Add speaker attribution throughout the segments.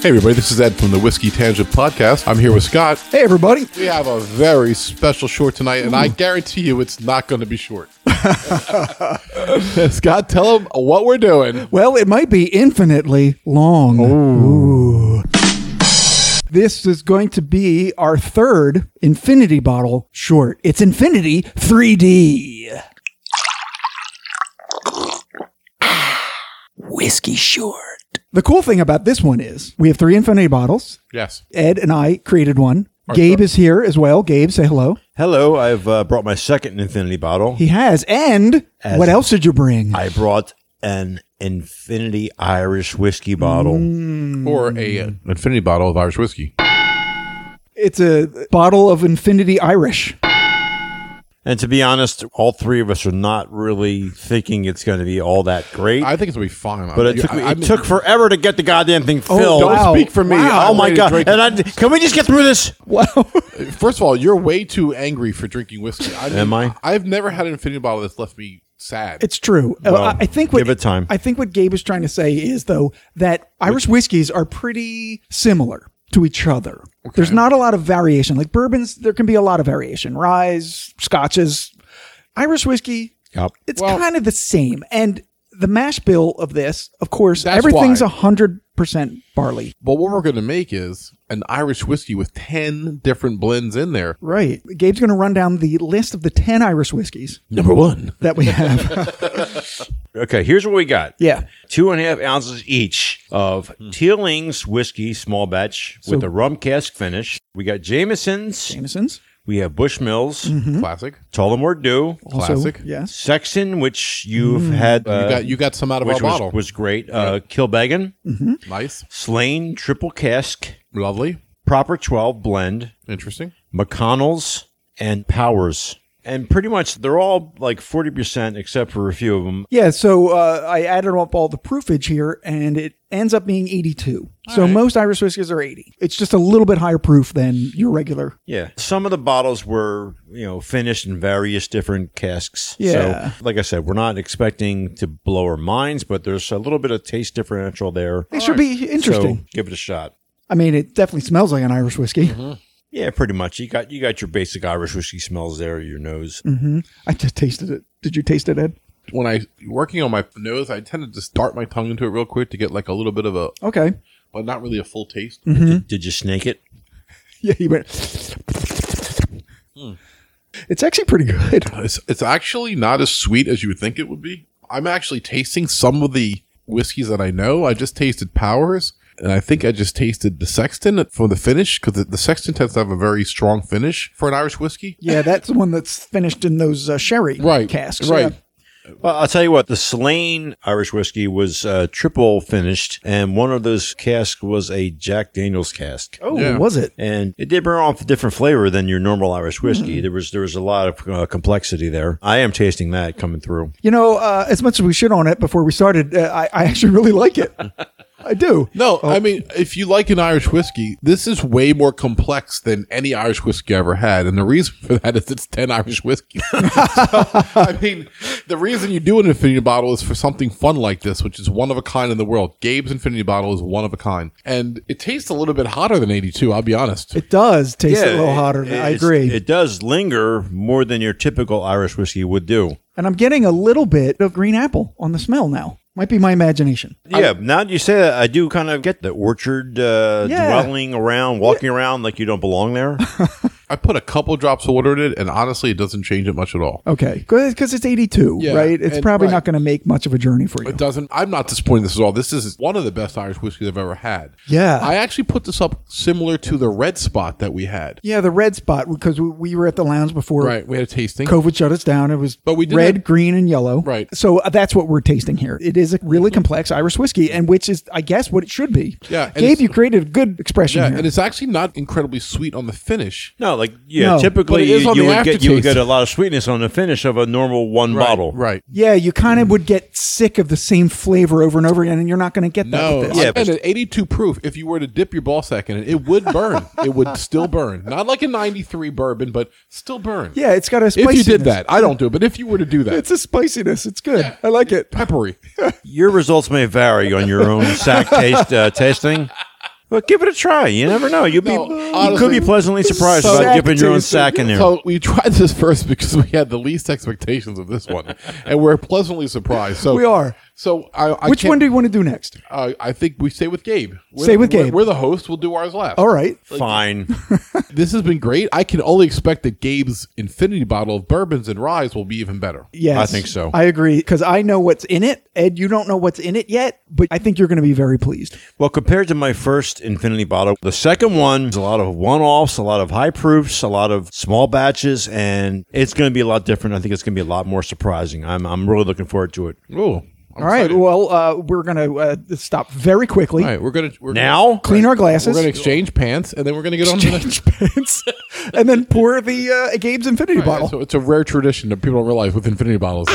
Speaker 1: Hey, everybody, this is Ed from the Whiskey Tangent Podcast. I'm here with Scott.
Speaker 2: Hey, everybody.
Speaker 1: We have a very special short tonight, and I guarantee you it's not going to be short. Scott, tell them what we're doing.
Speaker 2: Well, it might be infinitely long. Ooh. This is going to be our third infinity bottle short. It's infinity 3D.
Speaker 3: Whiskey Short.
Speaker 2: The cool thing about this one is we have three infinity bottles.
Speaker 1: Yes.
Speaker 2: Ed and I created one. Gabe is here as well. Gabe, say hello.
Speaker 4: Hello, I've uh, brought my second infinity bottle.
Speaker 2: He has. And
Speaker 4: As-
Speaker 2: what else did you bring?
Speaker 4: I brought an infinity Irish whiskey bottle.
Speaker 1: Mm. Or a uh,
Speaker 4: Mm.
Speaker 1: infinity bottle of Irish whiskey.
Speaker 2: it's a bottle of infinity Irish.
Speaker 4: And to be honest, all three of us are not really thinking it's going to be all that great.
Speaker 1: I think it's going to be fine.
Speaker 4: but it
Speaker 1: You-
Speaker 4: took
Speaker 1: I-
Speaker 4: me, it
Speaker 1: I'm-
Speaker 4: took forever to get the goddamn thing filled.
Speaker 1: Don't
Speaker 2: Wow.
Speaker 1: speak for me.
Speaker 2: Wow.
Speaker 1: I'm
Speaker 4: Oh my
Speaker 1: ready to
Speaker 4: god!
Speaker 1: drink
Speaker 4: And I, can we just get through this?
Speaker 2: Wow.
Speaker 1: First of all, you're way too angry for drinking whiskey. I mean,
Speaker 4: Am I?
Speaker 1: I've never had an infinity bottle that's left me sad.
Speaker 2: It's true. Uh, I- I think what,
Speaker 4: give it time.
Speaker 2: I think what Gabe is trying to say is though that Irish whiskeys are pretty similar to each other. There's not a lot of variation. Like bourbons, there can be a lot of variation. Rye, scotches, Irish whiskey.
Speaker 4: Yep.
Speaker 2: It's
Speaker 1: Well-
Speaker 2: kind of the same. And the mash bill of this, of course,
Speaker 1: That's
Speaker 2: everything's
Speaker 1: why.
Speaker 2: hundred percent barley.
Speaker 1: but what we're going to make is an Irish whiskey with 10 different blends in there.
Speaker 2: Right. Gabe's going to run down the list of the ten Irish whiskeys
Speaker 1: Number one.
Speaker 2: that we have.
Speaker 4: Okay, here's what we got.
Speaker 2: yeah.
Speaker 4: Two and a half ounces each of
Speaker 1: Hmm.
Speaker 4: Tealing's whiskey small batch with a rum cask finish. We got Jameson's.
Speaker 2: Jameson's.
Speaker 4: We have Bushmills.
Speaker 1: Mm-hmm. Classic.
Speaker 4: Tell them we're due.
Speaker 2: Also,
Speaker 1: Classic.
Speaker 2: Yes.
Speaker 4: Sexton, which you've had, uh,
Speaker 1: You got, you got some out of our
Speaker 4: which
Speaker 1: bottle.
Speaker 4: was, was great. Uh, Kilbeggan,
Speaker 1: nice.
Speaker 4: Slain, Triple Cask,
Speaker 1: Lovely.
Speaker 4: Proper 12 Blend,
Speaker 1: Interesting.
Speaker 4: McConnell's, and Powers. And pretty much they're all like 40% except for a few of them.
Speaker 2: Yeah, so uh, I added up all the proofage here, and it ends up being 82. so most Irish whiskeys are 80. It's just a little bit higher proof than your regular.
Speaker 4: Yeah. Some of the bottles were, you know, finished in various different casks.
Speaker 2: Yeah.
Speaker 4: So, like I said, we're not expecting to blow our minds, but there's a little bit of taste differential there.
Speaker 2: It should be interesting.
Speaker 4: So give it a shot.
Speaker 2: I mean, it definitely smells like an Irish whiskey.
Speaker 1: Mm-hmm.
Speaker 4: Yeah, pretty much. You got you got your basic Irish whiskey smells there, your nose.
Speaker 2: I just tasted it. Did you taste it, Ed?
Speaker 1: When I working on my nose, I tend to just dart my tongue into it real quick to get like a little bit of a,
Speaker 2: Okay.
Speaker 1: but not really a full taste.
Speaker 4: Did, did you snake it?
Speaker 2: Yeah, you went.
Speaker 1: Hmm.
Speaker 2: It's actually pretty good.
Speaker 1: It's, it's actually not as sweet as you would think it would be. I'm actually tasting some of the whiskeys that I know. I just tasted Powers, and I think I just tasted the Sexton for the finish because the, the Sexton tends to have a very strong finish for an Irish whiskey.
Speaker 2: Yeah, that's the one that's finished in those uh, sherry
Speaker 1: Right,
Speaker 2: casks.
Speaker 1: right.
Speaker 2: Yeah.
Speaker 4: Well, I'll tell you what. The Slain Irish whiskey was uh, triple finished, and one of those casks was a Jack Daniel's cask.
Speaker 2: Oh,
Speaker 1: Yeah.
Speaker 2: was it?
Speaker 4: And it did burn off a different flavor than your normal Irish
Speaker 2: Mm-hmm.
Speaker 4: whiskey. There was there was a lot of uh, complexity there. I am tasting that coming through.
Speaker 2: You know, uh, as much as we shit on it before we started, uh, I, I actually really like it. I do.
Speaker 1: No, I mean, if you like an Irish whiskey, this is way more complex than any Irish whiskey I ever had. And the reason for that is it's 10 Irish whiskey. So, I mean, the reason you do an infinity bottle is for something fun like this, which is one of a kind in the world. Gabe's infinity bottle is one of a kind. And it tastes a little bit hotter than 82, I'll be honest.
Speaker 2: It does taste a little
Speaker 4: it-
Speaker 2: hotter. than- I
Speaker 4: it's-
Speaker 2: agree.
Speaker 4: It does linger more than your typical Irish whiskey would do.
Speaker 2: and I'm getting a little bit of green apple on the smell now. Might be my imagination.
Speaker 4: Yeah, now that you say that, I do kind of get the orchard uh,
Speaker 2: Yeah.
Speaker 4: dwelling around, walking around like you don't belong there.
Speaker 1: I put a couple drops of water in it, and honestly, it doesn't change it much at all.
Speaker 2: Okay, because it's 82,
Speaker 1: Yeah,
Speaker 2: right? It's
Speaker 1: and-
Speaker 2: probably
Speaker 1: right.
Speaker 2: not going to make much of a journey for you.
Speaker 1: It doesn't. I'm not disappointed. in This at all. This is one of the best Irish whiskeys I've ever had.
Speaker 2: Yeah.
Speaker 1: I actually put this up similar to the red spot that we had.
Speaker 2: Yeah, the red spot because we, we were at the lounge before
Speaker 1: Right, we had a tasting.
Speaker 2: COVID shut us down. It was
Speaker 1: But we did
Speaker 2: red,
Speaker 1: that-
Speaker 2: green, and yellow.
Speaker 1: Right. Mm-hmm.
Speaker 2: So uh, that's what we're tasting here. It is a really complex Irish whiskey, and which is, I guess, what it should be.
Speaker 1: Yeah, and
Speaker 2: Gabe,
Speaker 1: it's-
Speaker 2: you created a good expression
Speaker 1: yeah,
Speaker 2: here.
Speaker 1: and it's actually not incredibly sweet on the finish.
Speaker 4: No, like yeah,
Speaker 2: No.
Speaker 1: But
Speaker 4: typically
Speaker 1: it is
Speaker 4: you,
Speaker 1: on
Speaker 4: you
Speaker 1: the
Speaker 4: would get you would
Speaker 1: aftertaste.
Speaker 4: get a lot of sweetness on the finish of a normal one bottle.
Speaker 1: Right.
Speaker 2: yeah, you kind of would get sick of the same flavor over and over again, and you're not going to get that
Speaker 1: No,
Speaker 2: with this.
Speaker 1: yeah,
Speaker 4: Yeah,
Speaker 1: and
Speaker 4: but-
Speaker 1: at 82 proof, if you were to dip your ball sack in it, it would burn. it would still burn. Not like a 93 bourbon, but still burn.
Speaker 2: Yeah, it's got a
Speaker 1: If
Speaker 2: spiciness.
Speaker 1: you did that, I don't do it, but if you were to do that,
Speaker 2: It's a spiciness. It's good. I like it.
Speaker 1: peppery.
Speaker 4: Your results may vary on your own sack taste uh, tasting. But give it a try. You never know. You'll
Speaker 1: No,
Speaker 4: be you could
Speaker 1: honestly,
Speaker 4: be pleasantly surprised
Speaker 1: so-
Speaker 4: about dipping your own sack in there.
Speaker 1: So we tried this first because we had the least expectations of this one, and we're pleasantly surprised. So
Speaker 2: We are.
Speaker 1: So I, I
Speaker 2: Which
Speaker 1: can't-
Speaker 2: one do you want to do next?
Speaker 1: uh, I think we stay with Gabe. We're
Speaker 2: Stay
Speaker 1: the-
Speaker 2: with
Speaker 1: we're-
Speaker 2: Gabe.
Speaker 1: We're the host. We'll do ours last.
Speaker 2: All right.
Speaker 4: Fine.
Speaker 1: This has been great. I can only expect that Gabe's infinity bottle of bourbons and ryes will be even better.
Speaker 2: Yes.
Speaker 4: I think so.
Speaker 2: I agree because I know what's in it. Ed, you don't know what's in it yet, but I think you're going to be very pleased.
Speaker 4: Well, compared to my first Infinity bottle, the second one is a lot of one offs, a lot of high proofs, a lot of small batches, and it's going to be a lot different. I think it's going to be a lot more surprising. I'm, I'm really looking forward to it.
Speaker 1: Ooh. I'm
Speaker 2: All right.
Speaker 1: excited.
Speaker 2: Well, uh, we're going to uh, stop very quickly,
Speaker 1: All right. We're gonna we're
Speaker 4: Now,
Speaker 2: clean our
Speaker 1: Gonna, we're
Speaker 2: glasses,
Speaker 1: gonna exchange pants, and then we're gonna get on to the next.
Speaker 2: change pants, and then pour the uh, Gabe's Infinity bottle.
Speaker 1: So it's a rare tradition that people don't realize with infinity bottles.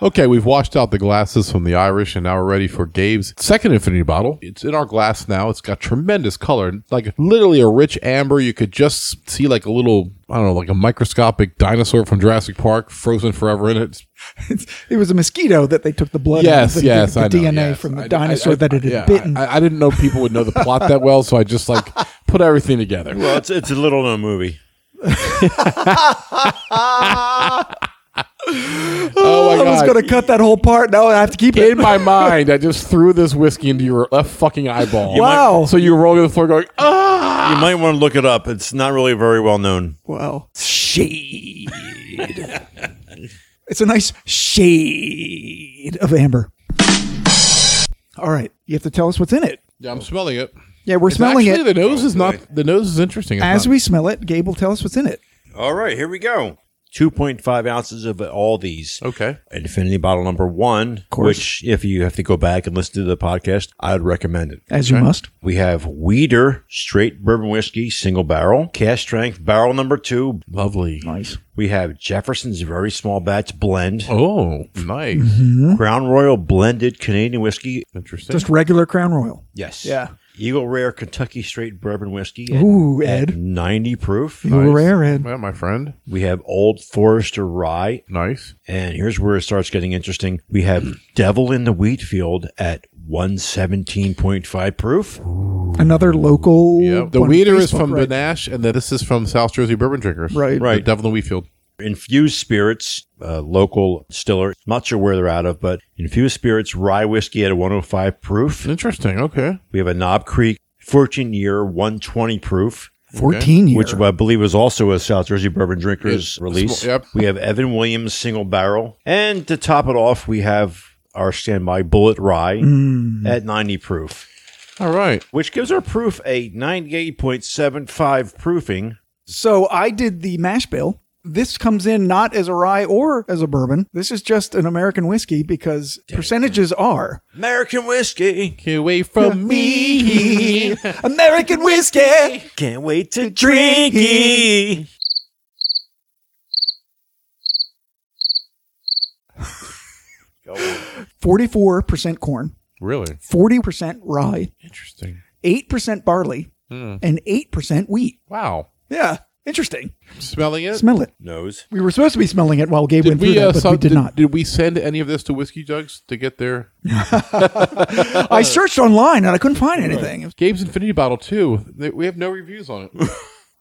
Speaker 1: Okay, we've washed out the glasses from the Irish, and now we're ready for Gabe's second infinity bottle. It's in our glass now. It's got tremendous color, like literally a rich amber. You could just see like a little, I don't know, like a microscopic dinosaur from Jurassic Park, frozen forever in it. It's
Speaker 2: it was a mosquito that they took the blood.
Speaker 1: yes,
Speaker 2: out of, the,
Speaker 1: yes,
Speaker 2: the,
Speaker 1: I know,
Speaker 2: DNA
Speaker 1: yes. I-
Speaker 2: from the
Speaker 1: I-
Speaker 2: dinosaur
Speaker 1: I-
Speaker 2: that it had
Speaker 1: yeah,
Speaker 2: bitten.
Speaker 1: I, I didn't know people would know the plot that well, so I just like put everything together.
Speaker 4: well, it's, it's a little known movie.
Speaker 1: oh my
Speaker 2: I was
Speaker 1: god!
Speaker 2: going to cut that whole part. No, I have to keep it.
Speaker 1: in my mind, I just threw this whiskey into your left fucking eyeball.
Speaker 2: Wow.
Speaker 1: So you were rolling to the floor, going, ah.
Speaker 4: You might want to look it up. It's not really very well known.
Speaker 2: Wow. Shade. it's a nice shade of amber. All right. You have to tell us what's in it.
Speaker 1: Yeah, I'm smelling it.
Speaker 2: Yeah, we're smelling
Speaker 1: Actually,
Speaker 2: it.
Speaker 1: the nose is not. The nose is interesting. It's
Speaker 2: As
Speaker 1: not-
Speaker 2: we smell it, Gabe will tell us what's in it.
Speaker 4: All right, here we go. 2.5 ounces of all these.
Speaker 1: okay.
Speaker 4: Infinity bottle number one, which, if you have to go back and listen to the podcast, I'd recommend it.
Speaker 2: As you must.
Speaker 4: We have Weeder straight bourbon whiskey, single barrel, cash strength, barrel number two.
Speaker 1: Lovely.
Speaker 2: Nice.
Speaker 4: We have Jefferson's very small batch blend,
Speaker 1: Oh, nice.
Speaker 4: Crown Royal blended Canadian whiskey.
Speaker 1: Interesting.
Speaker 2: Mm-hmm. Just regular Crown Royal.
Speaker 4: Yes.
Speaker 2: Yeah.
Speaker 4: Eagle Rare Kentucky straight bourbon whiskey. at-
Speaker 2: Ooh,
Speaker 4: at
Speaker 2: Ed.
Speaker 4: 90 proof.
Speaker 2: You were rare, Ed.
Speaker 1: yeah, my friend.
Speaker 4: We have Old Forester Rye.
Speaker 1: Nice.
Speaker 4: And here's where it starts getting interesting. We have Devil in the Wheat Field at 117.5 proof.
Speaker 2: Another local.
Speaker 1: Yep. The
Speaker 2: one on
Speaker 1: weeder is
Speaker 2: Facebook,
Speaker 1: from
Speaker 2: right?
Speaker 1: Benash, and the, this is from South Jersey Bourbon Drinkers.
Speaker 2: Right.
Speaker 1: The
Speaker 4: Right.
Speaker 1: Devil in the Wheatfield.
Speaker 4: Infused Spirits, uh, local distiller. Not sure where they're out of, but Infused Spirits rye whiskey at 105 proof.
Speaker 1: Interesting. Okay.
Speaker 4: We have a Knob Creek 14 year 120 proof.
Speaker 2: 14 years.
Speaker 4: Which I believe is also a South Jersey Bourbon Drinkers
Speaker 1: It's-
Speaker 4: release.
Speaker 1: yep.
Speaker 4: We have Evan Williams single barrel. And to top it off, we have our standby Bullet Rye
Speaker 1: Mm.
Speaker 4: at 90 proof,
Speaker 1: All right.
Speaker 4: which gives our proof a 98.75 proofing.
Speaker 2: So I did the mash bill. This comes in not as a rye or as a bourbon. This is just an American whiskey because percentages are
Speaker 4: American whiskey.
Speaker 1: Get away from me.
Speaker 2: American whiskey.
Speaker 4: Can't wait to drink it.
Speaker 2: Forty-four percent corn,
Speaker 1: really
Speaker 2: forty percent rye,
Speaker 1: interesting.
Speaker 2: eight percent barley, and eight percent wheat.
Speaker 1: Wow.
Speaker 2: Yeah, interesting.
Speaker 1: Smelling it.
Speaker 2: Smell it.
Speaker 4: Nose.
Speaker 2: We were supposed to be smelling it while Gabe
Speaker 1: did
Speaker 2: went through
Speaker 1: we, uh,
Speaker 2: that, but
Speaker 1: some-
Speaker 2: we did, not.
Speaker 1: did we send any of this to whiskey jugs to get their
Speaker 2: I searched online and I couldn't find anything.
Speaker 1: Gabe's Infinity Bottle too? They- We have no reviews on it.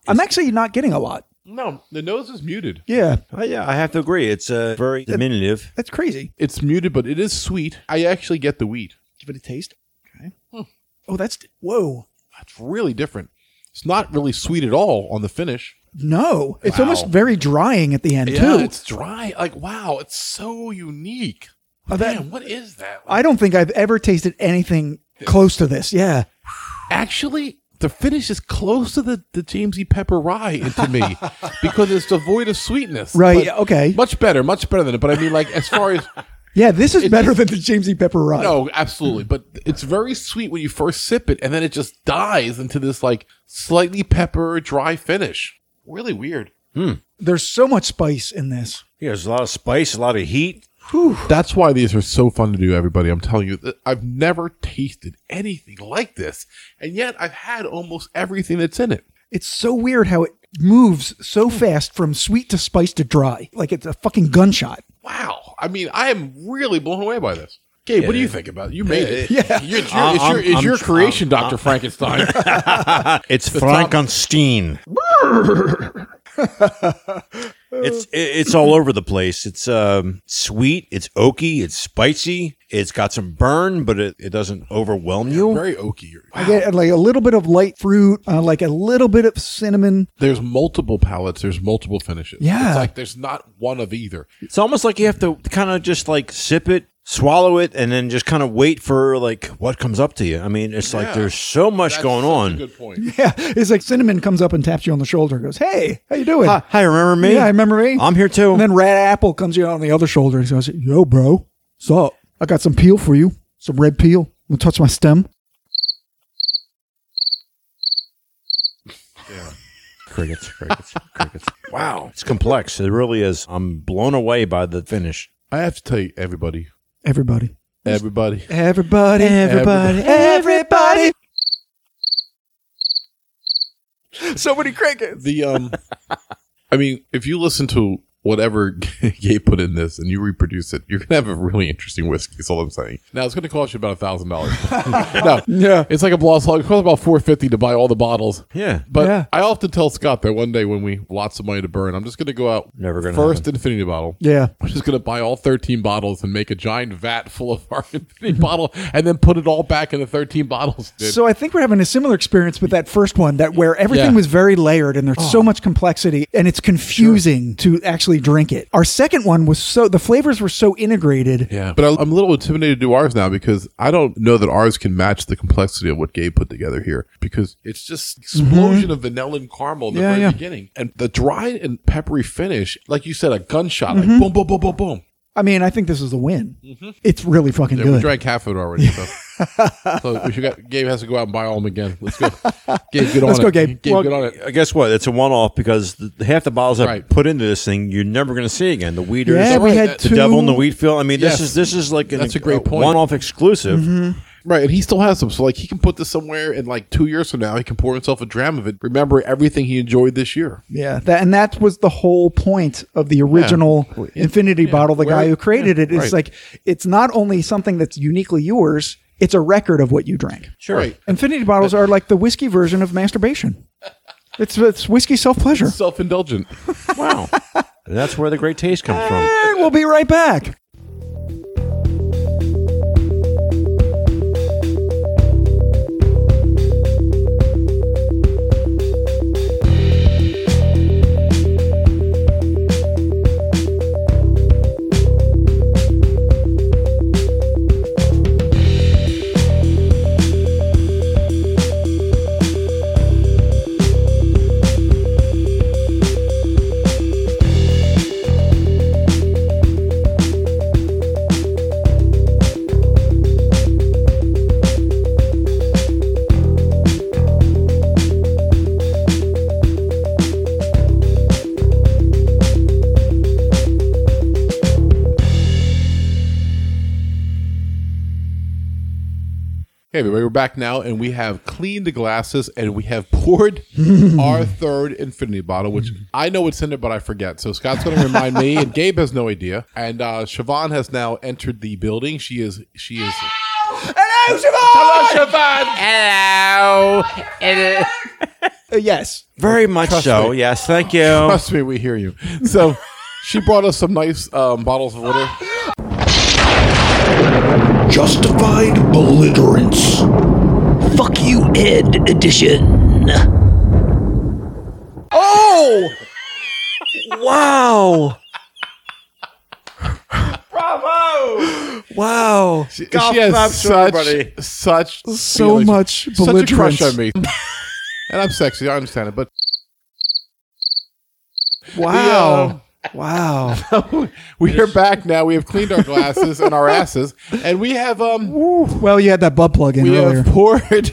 Speaker 2: I'm actually not getting a lot.
Speaker 1: no, the nose is muted.
Speaker 2: Yeah,
Speaker 4: Oh, yeah, I have to agree. It's uh, very diminutive.
Speaker 2: that's crazy.
Speaker 1: It's muted, but it is sweet. I actually get the wheat.
Speaker 2: Give it a taste. Okay. Oh, that's whoa.
Speaker 1: It's really different. It's not really sweet at all on the finish.
Speaker 2: No, it's
Speaker 1: Wow.
Speaker 2: almost very drying at the end too.
Speaker 1: it's dry. Like wow, it's so unique.
Speaker 2: Uh, that-
Speaker 1: Damn, what is that?
Speaker 2: I don't think I've ever tasted anything close to this. Yeah.
Speaker 1: Actually, the finish is close to the, the James E. Pepper rye to me because it's devoid of sweetness.
Speaker 2: Right,
Speaker 1: But
Speaker 2: okay.
Speaker 1: Much better, much better than it. But I mean, like, as far as.
Speaker 2: Yeah, this is better than the James E. Pepper rye.
Speaker 1: No, absolutely. But it's very sweet when you first sip it, and then it just dies into this, like, slightly pepper dry finish. Really weird.
Speaker 2: There's so much spice in this.
Speaker 4: Yeah, there's a lot of spice, a lot of heat.
Speaker 1: That's why these are so fun to do, everybody. I'm telling you, I've never tasted anything like this, and yet I've had almost everything that's in it.
Speaker 2: It's so weird how it moves so fast from sweet to spice to dry. Like it's a fucking gunshot.
Speaker 1: Wow. I mean, I am really blown away by this. Gabe, what do you think about it? You made it.
Speaker 2: Yeah.
Speaker 1: You're, it's your,
Speaker 4: I'm-
Speaker 1: it's your, it's
Speaker 4: I'm-
Speaker 1: your
Speaker 4: I'm-
Speaker 1: creation, Dr. Frankenstein.
Speaker 4: It's Frankenstein. it's it, it's all over the place. It's um sweet, it's oaky, it's spicy. It's got some burn, but it, it doesn't overwhelm you.
Speaker 1: very oaky.
Speaker 2: I get like a little bit of light fruit, uh, like a little bit of cinnamon.
Speaker 1: There's multiple palettes, there's multiple finishes.
Speaker 2: Yeah.
Speaker 1: It's like there's not one of either.
Speaker 4: It's almost like you have to kind of just like sip it, swallow it, and then just kind of wait for like what comes up to you. I mean, it's like
Speaker 1: Yeah.
Speaker 4: there's so much
Speaker 1: That's
Speaker 4: going
Speaker 1: such a
Speaker 4: on.
Speaker 1: Good point.
Speaker 2: Yeah, it's like cinnamon comes up and taps you on the shoulder and goes, "Hey, how you doing?"
Speaker 4: Hi, hi, remember me?
Speaker 2: Yeah, I Uh, remember me.
Speaker 4: I'm here too.
Speaker 2: And then red apple comes you on the other shoulder and goes, "Yo, bro, so I got some peel for you, some red peel. Wanna touch my stem?"
Speaker 4: crickets, crickets, crickets. Wow, it's complex. It really is. I'm blown away by the finish.
Speaker 1: I have to tell you, everybody,
Speaker 2: Everybody,
Speaker 1: everybody,
Speaker 2: everybody,
Speaker 1: Everybody.
Speaker 2: everybody. so many crickets.
Speaker 1: the um i mean if you listen to whatever gabe put in this and you reproduce it you're gonna have a really interesting whiskey is all i'm saying now it's gonna cost you about a thousand dollars no
Speaker 2: Yeah.
Speaker 1: it's like a bloss hog it costs about 450 to buy all the bottles
Speaker 4: Yeah.
Speaker 1: but
Speaker 2: Yeah.
Speaker 1: i often tell scott that one day when we lots of money to burn i'm just gonna go out
Speaker 4: Never gonna
Speaker 1: first infinity bottle
Speaker 2: Yeah.
Speaker 1: I'm just gonna buy all 13 bottles and make a giant vat full of our infinity bottle, and then put it all back in the 13 bottles. dude.
Speaker 2: So I think we're having a similar experience with that first one, that where everything
Speaker 1: Yeah. Oh.
Speaker 2: was very layered and there's so much complexity and it's confusing to actually drink it. Our second one was so the flavors were so integrated.
Speaker 1: Yeah. But I- I'm a little intimidated to do ours now because I don't know that ours can match the complexity of what Gabe put together here because it's just explosion of vanilla and caramel in the
Speaker 2: Mm-hmm. Yeah,
Speaker 1: very
Speaker 2: yeah.
Speaker 1: beginning. And the dry and peppery finish, like you said, a gunshot,
Speaker 2: Mm-hmm.
Speaker 1: like boom, boom, boom, boom, boom.
Speaker 2: I mean, I think this is the win. It's really fucking
Speaker 1: Yeah, we
Speaker 2: good.
Speaker 1: drank half of it already. So, so we should got, Gabe has to go out and buy all them again. Let's go. Gabe, get on
Speaker 2: Let's
Speaker 1: it.
Speaker 2: go, Gabe.
Speaker 1: Gabe,
Speaker 4: Well,
Speaker 1: get on it.
Speaker 4: I guess what? It's a one off because the, half the bottles that
Speaker 1: Right.
Speaker 4: put into this thing you're never going to see again. The weeders,
Speaker 2: yeah,
Speaker 1: that
Speaker 2: we
Speaker 1: right?
Speaker 2: had
Speaker 1: That-
Speaker 2: two.
Speaker 4: the devil in the wheat field. I mean,
Speaker 1: Yes.
Speaker 4: this is this is like an,
Speaker 1: That's a great point.
Speaker 4: one off exclusive.
Speaker 2: Mm-hmm.
Speaker 1: Right, and he still has them. So like he can put this somewhere and like two years from now he can pour himself a dram of it. Remember everything he enjoyed this year.
Speaker 2: Yeah, that, and that was the whole point of the original Infinity Bottle. The guy
Speaker 1: Where-
Speaker 2: who created it is
Speaker 1: right.
Speaker 2: like, it's not only something that's uniquely yours; it's a record of what you drank.
Speaker 1: Sure. Right.
Speaker 2: Infinity bottles are like the whiskey version of masturbation. It's it's whiskey self pleasure.
Speaker 1: Self indulgent.
Speaker 4: Wow, And that's where the great taste comes from.
Speaker 2: And we'll be right back.
Speaker 1: Hey, everybody, we're back now, and we have cleaned the glasses, and we have poured our third infinity bottle, which I know what's in it, but I forget. So Scott's going to remind me, and Gabe has no idea. And uh, Siobhan has now entered the building. She is, she is.
Speaker 2: Hello, Siobhan!
Speaker 3: Hello. It is-
Speaker 2: Uh, yes.
Speaker 4: Very much so. Yes, thank you.
Speaker 1: Trust me, we hear you. So she brought us some nice um, bottles of water.
Speaker 5: Justified belligerence. Fuck you, Ed edition.
Speaker 2: Oh,
Speaker 4: Wow.
Speaker 2: Wow.
Speaker 4: Golf
Speaker 1: she has
Speaker 4: claps for
Speaker 1: such,
Speaker 4: everybody.
Speaker 1: such,
Speaker 2: So
Speaker 1: feelings.
Speaker 2: much
Speaker 1: such a crush
Speaker 2: belligerence.
Speaker 1: on me. and I'm sexy. I understand it, but
Speaker 2: Wow. Wow.
Speaker 1: we are back now. We have cleaned our glasses and our asses, and we have um,
Speaker 2: well, you had that butt plug in
Speaker 1: we uh,
Speaker 2: earlier.
Speaker 1: have poured.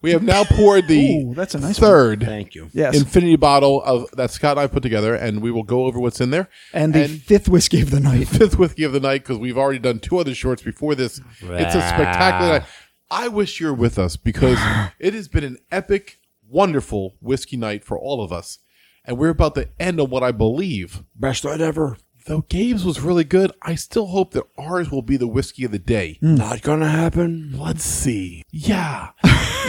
Speaker 1: We have now poured the
Speaker 2: Ooh, that's a nice one.
Speaker 1: third
Speaker 4: Thank you.
Speaker 2: Yes.
Speaker 1: infinity bottle of that Scott and I put together, and we will go over what's in there.
Speaker 2: and the fifth whiskey of the night.
Speaker 1: fifth whiskey of the night because we've already done two other shorts before this. It's a spectacular night. I wish you're with us because it has been an epic, wonderful whiskey night for all of us. And we're about to end on what I believe.
Speaker 4: Best night ever.
Speaker 1: Though Gabe's was really good, I still hope that ours will be the whiskey of the day.
Speaker 2: Mm.
Speaker 4: Not gonna happen.
Speaker 1: Let's see. Yeah.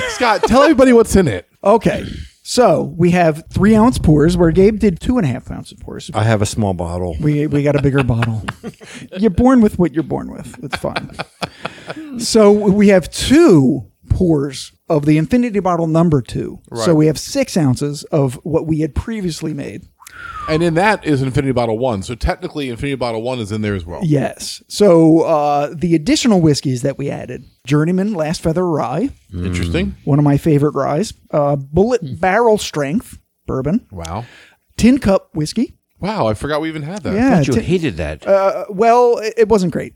Speaker 1: Scott, tell everybody what's in it.
Speaker 2: Okay. So we have three ounce pours where Gabe did two and a half ounce of pours.
Speaker 4: I have a small bottle.
Speaker 2: We, we got a bigger bottle. You're born with what you're born with. It's fine. so we have two pours of the infinity bottle number two. So we have six ounces of what we had previously made.
Speaker 1: And in that is Infinity Bottle 1. So technically, Infinity Bottle 1 is in there as well.
Speaker 2: Yes. So uh, the additional whiskeys that we added Journeyman Last Feather Rye,
Speaker 1: Interesting.
Speaker 2: one of my favorite ryes, uh, Bullet Barrel Strength Bourbon,
Speaker 1: Wow.
Speaker 2: Tin Cup Whiskey.
Speaker 1: Wow. I forgot we even had that.
Speaker 2: Yeah.
Speaker 3: You
Speaker 2: tin-
Speaker 3: hated that.
Speaker 1: Uh,
Speaker 2: well, it, it wasn't great,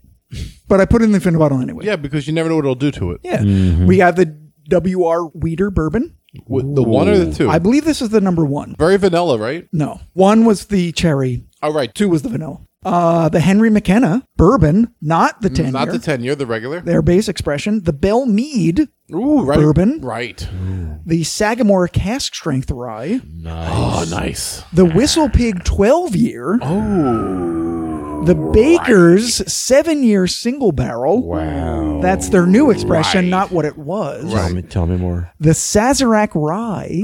Speaker 2: but I put it in the Infinity Bottle anyway.
Speaker 1: Yeah, because you never know what it'll do to it.
Speaker 2: Yeah.
Speaker 1: Mm-hmm.
Speaker 2: We have the WR Weeder Bourbon.
Speaker 1: With the one or the two?
Speaker 2: I believe this is the number one.
Speaker 1: Very vanilla, right?
Speaker 2: No. One was the cherry,
Speaker 1: All right,
Speaker 2: two was the vanilla. Uh, the Henry McKenna Bourbon, not the 10
Speaker 1: Mm, not the ten year, the regular.
Speaker 2: Their base expression, the Bell Mead,
Speaker 1: Ooh, right,
Speaker 2: Bourbon.
Speaker 1: right?
Speaker 2: the Sagamore Cask Strength Rye,
Speaker 1: Oh, nice.
Speaker 2: the Whistle Pig 12 year. Oh.
Speaker 1: Oh.
Speaker 2: The Baker's seven year single barrel. Wow. That's their new expression, not what it was.
Speaker 4: Tell me, tell me more.
Speaker 2: The Sazerac Rye.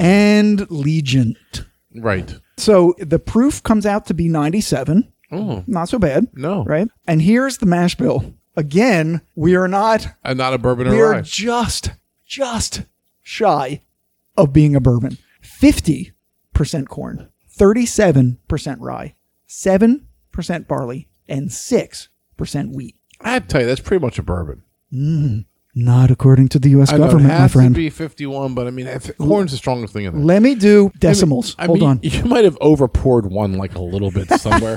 Speaker 2: And Legent.
Speaker 1: Right.
Speaker 2: So the proof comes out to be 97. Not so bad.
Speaker 1: Mm. No.
Speaker 2: Right? And here's the mash bill. Again, we are not,
Speaker 1: And not a bourbon
Speaker 2: we
Speaker 1: or
Speaker 2: are
Speaker 1: rye.
Speaker 2: just, just shy of being a bourbon. 50% corn, 37% rye, 7% barley, and 6% wheat.
Speaker 1: I have to tell you, that's pretty much a bourbon.
Speaker 2: Not according to the U.S.
Speaker 1: I know it
Speaker 2: government, my
Speaker 1: has to
Speaker 2: friend.
Speaker 1: be fifty one, but I mean, if, corn's the strongest thing in there.
Speaker 2: Let me do decimals.
Speaker 1: I
Speaker 2: Hold
Speaker 1: mean,
Speaker 2: on.
Speaker 1: You might have over poured one like a little bit somewhere.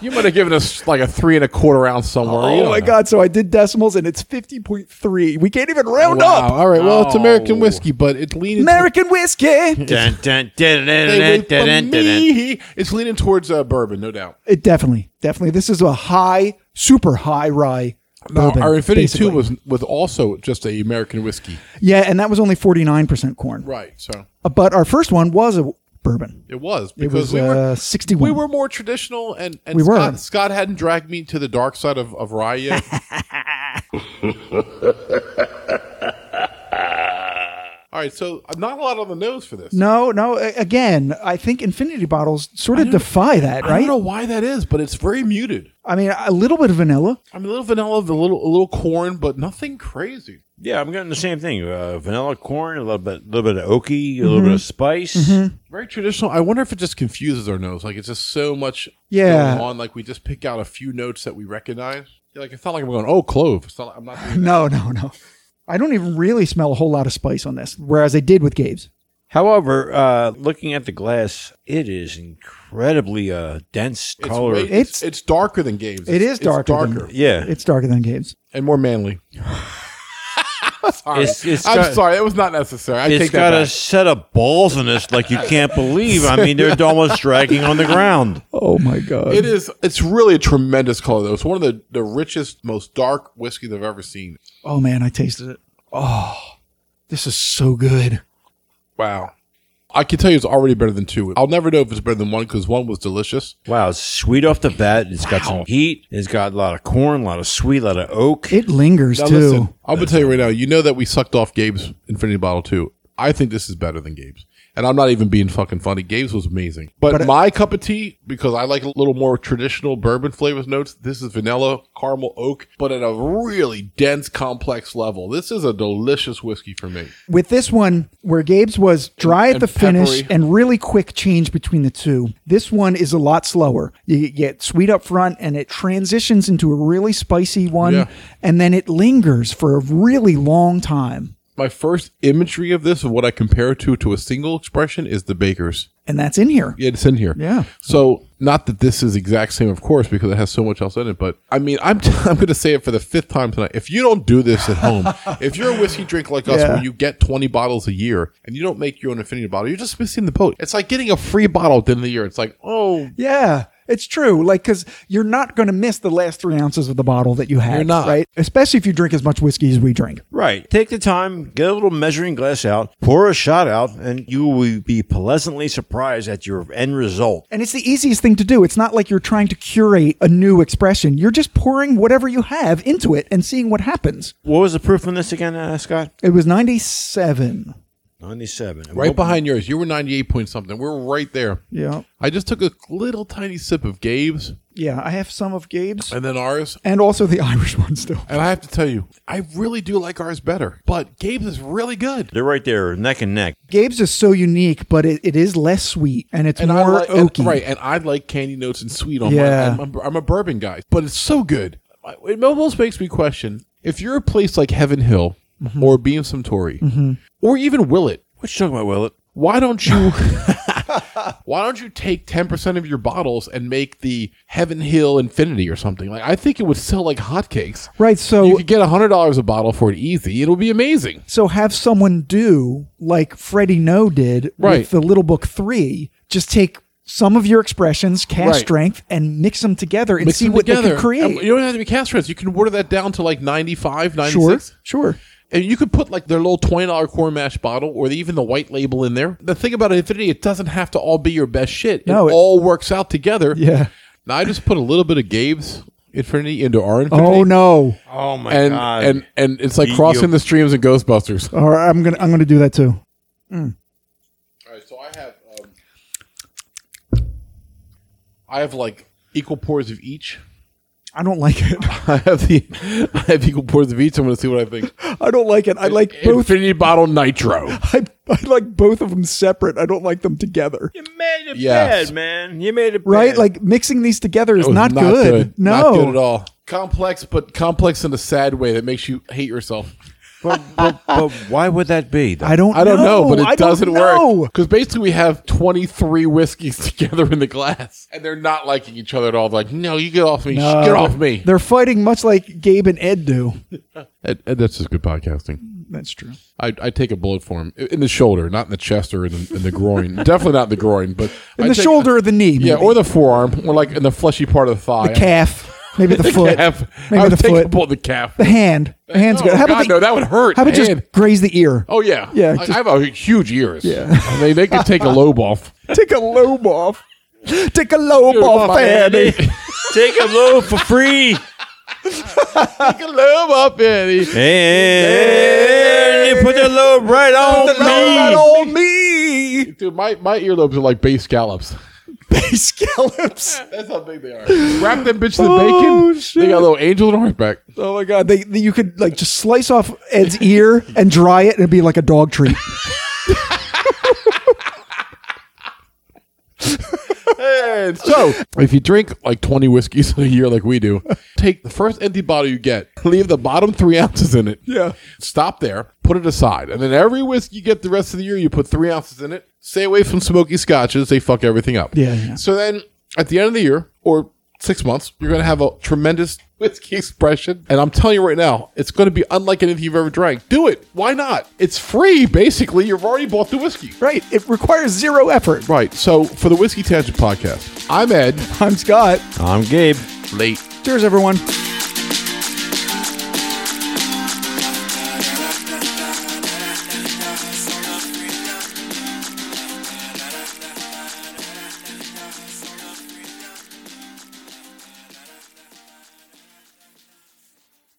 Speaker 1: you might have given us like a three and a quarter ounce somewhere. You
Speaker 2: Oh
Speaker 1: don't
Speaker 2: my
Speaker 1: know.
Speaker 2: god! So I did decimals, and it's fifty point three. We can't even round
Speaker 1: Wow.
Speaker 2: up.
Speaker 1: All right. Well, it's
Speaker 4: Oh.
Speaker 1: American whiskey, but it's leaning.
Speaker 2: American whiskey.
Speaker 4: Dun, dun, dun, dun,
Speaker 1: They
Speaker 4: dun,
Speaker 1: wait for
Speaker 4: dun, dun, dun.
Speaker 1: me. It's leaning towards uh, bourbon, no doubt.
Speaker 2: It definitely, definitely. This is a high, super high rye.
Speaker 1: No,
Speaker 2: bourbon,
Speaker 1: our Infinity
Speaker 2: basically.
Speaker 1: Two was was also just a American whiskey,
Speaker 2: yeah, and that was only forty nine percent corn.
Speaker 1: right? So
Speaker 2: Uh, But our first one was a bourbon.
Speaker 1: it was
Speaker 2: It
Speaker 1: because
Speaker 2: was
Speaker 1: we were
Speaker 2: uh, sixty
Speaker 1: we
Speaker 2: one.
Speaker 1: were more traditional, and and
Speaker 2: We were.
Speaker 1: Scott, Scott hadn't dragged me to the dark side of of rye yet. All right, so I'm not a lot on the nose for this.
Speaker 2: no, no. a- Again, I think infinity bottles sort of defy that,
Speaker 1: I don't know
Speaker 2: right?
Speaker 1: why that is, but it's very muted.
Speaker 2: I mean, a little bit of vanilla.
Speaker 1: I'm a little vanilla, a little a little corn, but nothing crazy.
Speaker 4: Yeah, I'm getting the same thing. Uh, vanilla corn, a little bit, little bit of oaky, a little bit of spice.
Speaker 1: Very traditional. I wonder if it just confuses our nose. Like it's just so much
Speaker 2: Yeah.
Speaker 1: going on. Like we just pick out a few notes that we recognize. Yeah, Like it's not like I'm going, oh, clove. It's not. I'm not. Doing
Speaker 2: No, no, no. I don't even really smell a whole lot of spice on this, whereas I did with Gabe's.
Speaker 4: However, uh, looking at the glass, it is incredibly uh, dense
Speaker 1: it's,
Speaker 4: color.
Speaker 1: way- it's it's darker than games.
Speaker 2: It is darker than-
Speaker 4: yeah,
Speaker 2: It's darker than Gabe's.
Speaker 1: and more manly. sorry.
Speaker 4: It's- it's
Speaker 1: I'm
Speaker 4: got-
Speaker 1: sorry. That was not necessary. I
Speaker 4: it's
Speaker 1: take
Speaker 4: got
Speaker 1: that
Speaker 4: a
Speaker 1: back.
Speaker 4: set of balls in this like you can't believe. I mean, they're almost dragging on the ground.
Speaker 2: Oh my god!
Speaker 1: it is. It's really a tremendous color, though. It's one of the, the richest, most dark whiskey I've ever seen.
Speaker 2: Oh man, I tasted it. Oh, this is so good.
Speaker 1: Wow. I can tell you, it's already better than two. I'll never know if it's better than one because one was delicious.
Speaker 4: Wow, it's sweet off the bat. It's got some heat. It's got a lot of corn, a lot of sweet, a lot of oak.
Speaker 2: It lingers
Speaker 1: Now
Speaker 2: too.
Speaker 1: listen, I'm gonna tell you right now. You know that we sucked off Gabe's Infinity Bottle too. I think this is better than Gabe's, And I'm not even being fucking funny. Gabe's was amazing. But, my cup of tea, because I like a little more traditional bourbon flavors notes, this is vanilla, caramel, oak, but at a really dense, complex level. This is a delicious whiskey for me.
Speaker 2: With this one, where Gabe's was dry at
Speaker 1: And
Speaker 2: the finish
Speaker 1: peppery.
Speaker 2: and really quick change between the two, this one is a lot slower. You get sweet up front and it transitions into a really spicy one,
Speaker 1: Yeah.
Speaker 2: and then it lingers for a really long time.
Speaker 1: My first imagery of this, of what I compare it to to a single expression, is the Baker's.
Speaker 2: And that's in here.
Speaker 1: Yeah, it's in here.
Speaker 2: Yeah.
Speaker 1: So not that this is exact same, of course, because it has so much else in it. But I mean, I'm t- I'm going to say it for the fifth time tonight. If you don't do this at home, if you're a whiskey drinker like us,
Speaker 2: Yeah.
Speaker 1: where you get 20 bottles a year and you don't make your own infinity bottle, you're just missing the boat. It's like getting a free bottle at the end of the year. It's like, oh,
Speaker 2: Yeah, it's true. Like, because you're not going to miss the last three ounces of the bottle that you had.
Speaker 1: You're not.
Speaker 2: Right? Especially if you drink as much whiskey as we drink.
Speaker 4: Right. Take the time, get a little measuring glass out, pour a shot out, and you will be pleasantly surprised at your end result.
Speaker 2: And it's the easiest thing to do. It's not like you're trying to curate a new expression. You're just pouring whatever you have into it and seeing what happens.
Speaker 4: What was the proof on this again, uh, Scott?
Speaker 2: It was 97.
Speaker 4: 97. And
Speaker 1: right
Speaker 4: what-
Speaker 1: behind yours. You were 98 point something. We're right there.
Speaker 2: Yeah.
Speaker 1: I just took a little tiny sip of Gabe's
Speaker 2: Yeah, I have some of Gabe's
Speaker 1: and then ours.
Speaker 2: and also the Irish one still.
Speaker 1: And I have to tell you, I really do like ours better, but Gabe's is really good.
Speaker 4: They're right there, neck and neck.
Speaker 2: Gabe's is so unique, but it, it is less sweet and it's
Speaker 1: and I
Speaker 2: more
Speaker 1: like and-
Speaker 2: oaky.
Speaker 1: right, and I like candy notes and sweet on
Speaker 2: Yeah.
Speaker 1: my. I'm a, I'm a bourbon guy, but it's so good. It almost makes me question if you're a place like Heaven Hill
Speaker 2: Mm-hmm.
Speaker 1: or Beam Suntory or even Willet.
Speaker 4: What you talking about, Willet?
Speaker 1: Why don't you? why don't you take ten percent of your bottles and make the Heaven Hill Infinity or something? Like I think it would sell like hotcakes.
Speaker 2: Right,
Speaker 1: You
Speaker 2: so
Speaker 1: could get hundred dollars a bottle for it easy. It'll be amazing.
Speaker 2: so have someone do like Freddie No did
Speaker 1: Right.
Speaker 2: with the Little Book 3. Just take some of your expressions, cast
Speaker 1: Right.
Speaker 2: strength, and mix them together and
Speaker 1: Mix
Speaker 2: see
Speaker 1: them
Speaker 2: what they
Speaker 1: together.
Speaker 2: can create.
Speaker 1: And You don't have to be cast friends. You can water that down to like 95, 96.
Speaker 2: sure, sure.
Speaker 1: And you could put like their little twenty dollar core mash bottle or even the white label in there. The thing about Infinity, it doesn't have to all be your best shit.
Speaker 2: No,
Speaker 1: it,
Speaker 2: it-
Speaker 1: all works out together.
Speaker 2: Yeah.
Speaker 1: Now I just put a little bit of Gabe's Infinity into our Infinity.
Speaker 2: Oh no!
Speaker 4: Oh, my
Speaker 1: And
Speaker 4: God.
Speaker 1: and and it's like
Speaker 4: You-
Speaker 1: crossing
Speaker 4: you-
Speaker 1: the streams in Ghostbusters.
Speaker 2: All right, I'm gonna I'm gonna do that too.
Speaker 1: All right, so I have um, I have like equal pours of each.
Speaker 2: I don't like it.
Speaker 1: I have the I have equal pours of each. I'm going to see what I think.
Speaker 2: I don't like it. I like both.
Speaker 1: Infinity bottle nitro.
Speaker 2: I, I like both of them separate. I don't like them together.
Speaker 4: you made it
Speaker 1: Yes.
Speaker 4: bad, man. You made it
Speaker 2: Right?
Speaker 4: bad.
Speaker 2: Like mixing these together is
Speaker 1: was
Speaker 2: not, good. No.
Speaker 1: not good at all. Complex, but complex in a sad way that makes you hate yourself.
Speaker 4: but, but, but why would that be? though?
Speaker 2: I don't.
Speaker 1: I don't know, but it
Speaker 2: I don't
Speaker 1: doesn't
Speaker 2: know.
Speaker 1: work because basically we have twenty three whiskeys together in the glass, and they're not liking each other at all. They're like, no, you get off me, Sh-
Speaker 2: No,
Speaker 1: get off me.
Speaker 2: Uh, They're fighting much like Gabe and Ed do.
Speaker 1: And- and that's just good podcasting.
Speaker 2: That's true.
Speaker 1: I, I take a bullet for him in the shoulder, not in the chest or in the, in the groin. Definitely not in the groin, but
Speaker 2: In
Speaker 1: I
Speaker 2: the
Speaker 1: take-
Speaker 2: shoulder or the knee.
Speaker 1: yeah,
Speaker 2: maybe.
Speaker 1: or the forearm, or like in the fleshy part of the thigh.
Speaker 2: the calf. Maybe the, foot.
Speaker 1: Calf.
Speaker 2: Maybe
Speaker 1: I would
Speaker 2: the
Speaker 1: take
Speaker 2: foot.
Speaker 1: a bullet in the calf.
Speaker 2: The hand. The hand's
Speaker 1: Oh,
Speaker 2: good. How
Speaker 1: God,
Speaker 2: about the,
Speaker 1: no, that would hurt.
Speaker 2: How about
Speaker 1: Hand.
Speaker 2: just graze the ear?
Speaker 1: Oh yeah,
Speaker 2: Yeah,
Speaker 1: I,
Speaker 2: just-
Speaker 1: I have a huge ears. Yeah, I mean they could take a lobe off.
Speaker 2: Take a lobe off. Take a lobe off, Andy.
Speaker 4: Take a load for free.
Speaker 1: take a lobe off, Eddie.
Speaker 4: And you put the load right on
Speaker 2: Lobe right on me.
Speaker 1: Dude, my, my earlobes are like base scallops.
Speaker 2: Scallops.
Speaker 1: That's how big they are. Wrap them bitches in bacon. They got little angel and horseback.
Speaker 2: Oh my god! They, they- you could like just slice off Ed's ear and dry it, and it'd be like a dog treat.
Speaker 1: And so, if you drink like 20 whiskeys in a year like we do, take the first empty bottle you get, leave the bottom three ounces in it.
Speaker 2: Yeah.
Speaker 1: Stop there, put it aside. And then every whiskey you get the rest of the year, you put three ounces in it. Stay away from smoky scotches. They fuck everything up.
Speaker 2: Yeah, yeah.
Speaker 1: So then at the end of the year or six months, you're going to have a tremendous whiskey expression. And I'm telling you right now, it's going to be unlike anything you've ever drank. Do it. Why not? It's free, basically. You've already bought the whiskey.
Speaker 2: right? It requires zero effort.
Speaker 1: Right. So for the Whiskey Tangent podcast, I'm Ed.
Speaker 2: I'm Scott.
Speaker 4: I'm Gabe.
Speaker 1: Late.
Speaker 2: Cheers, everyone.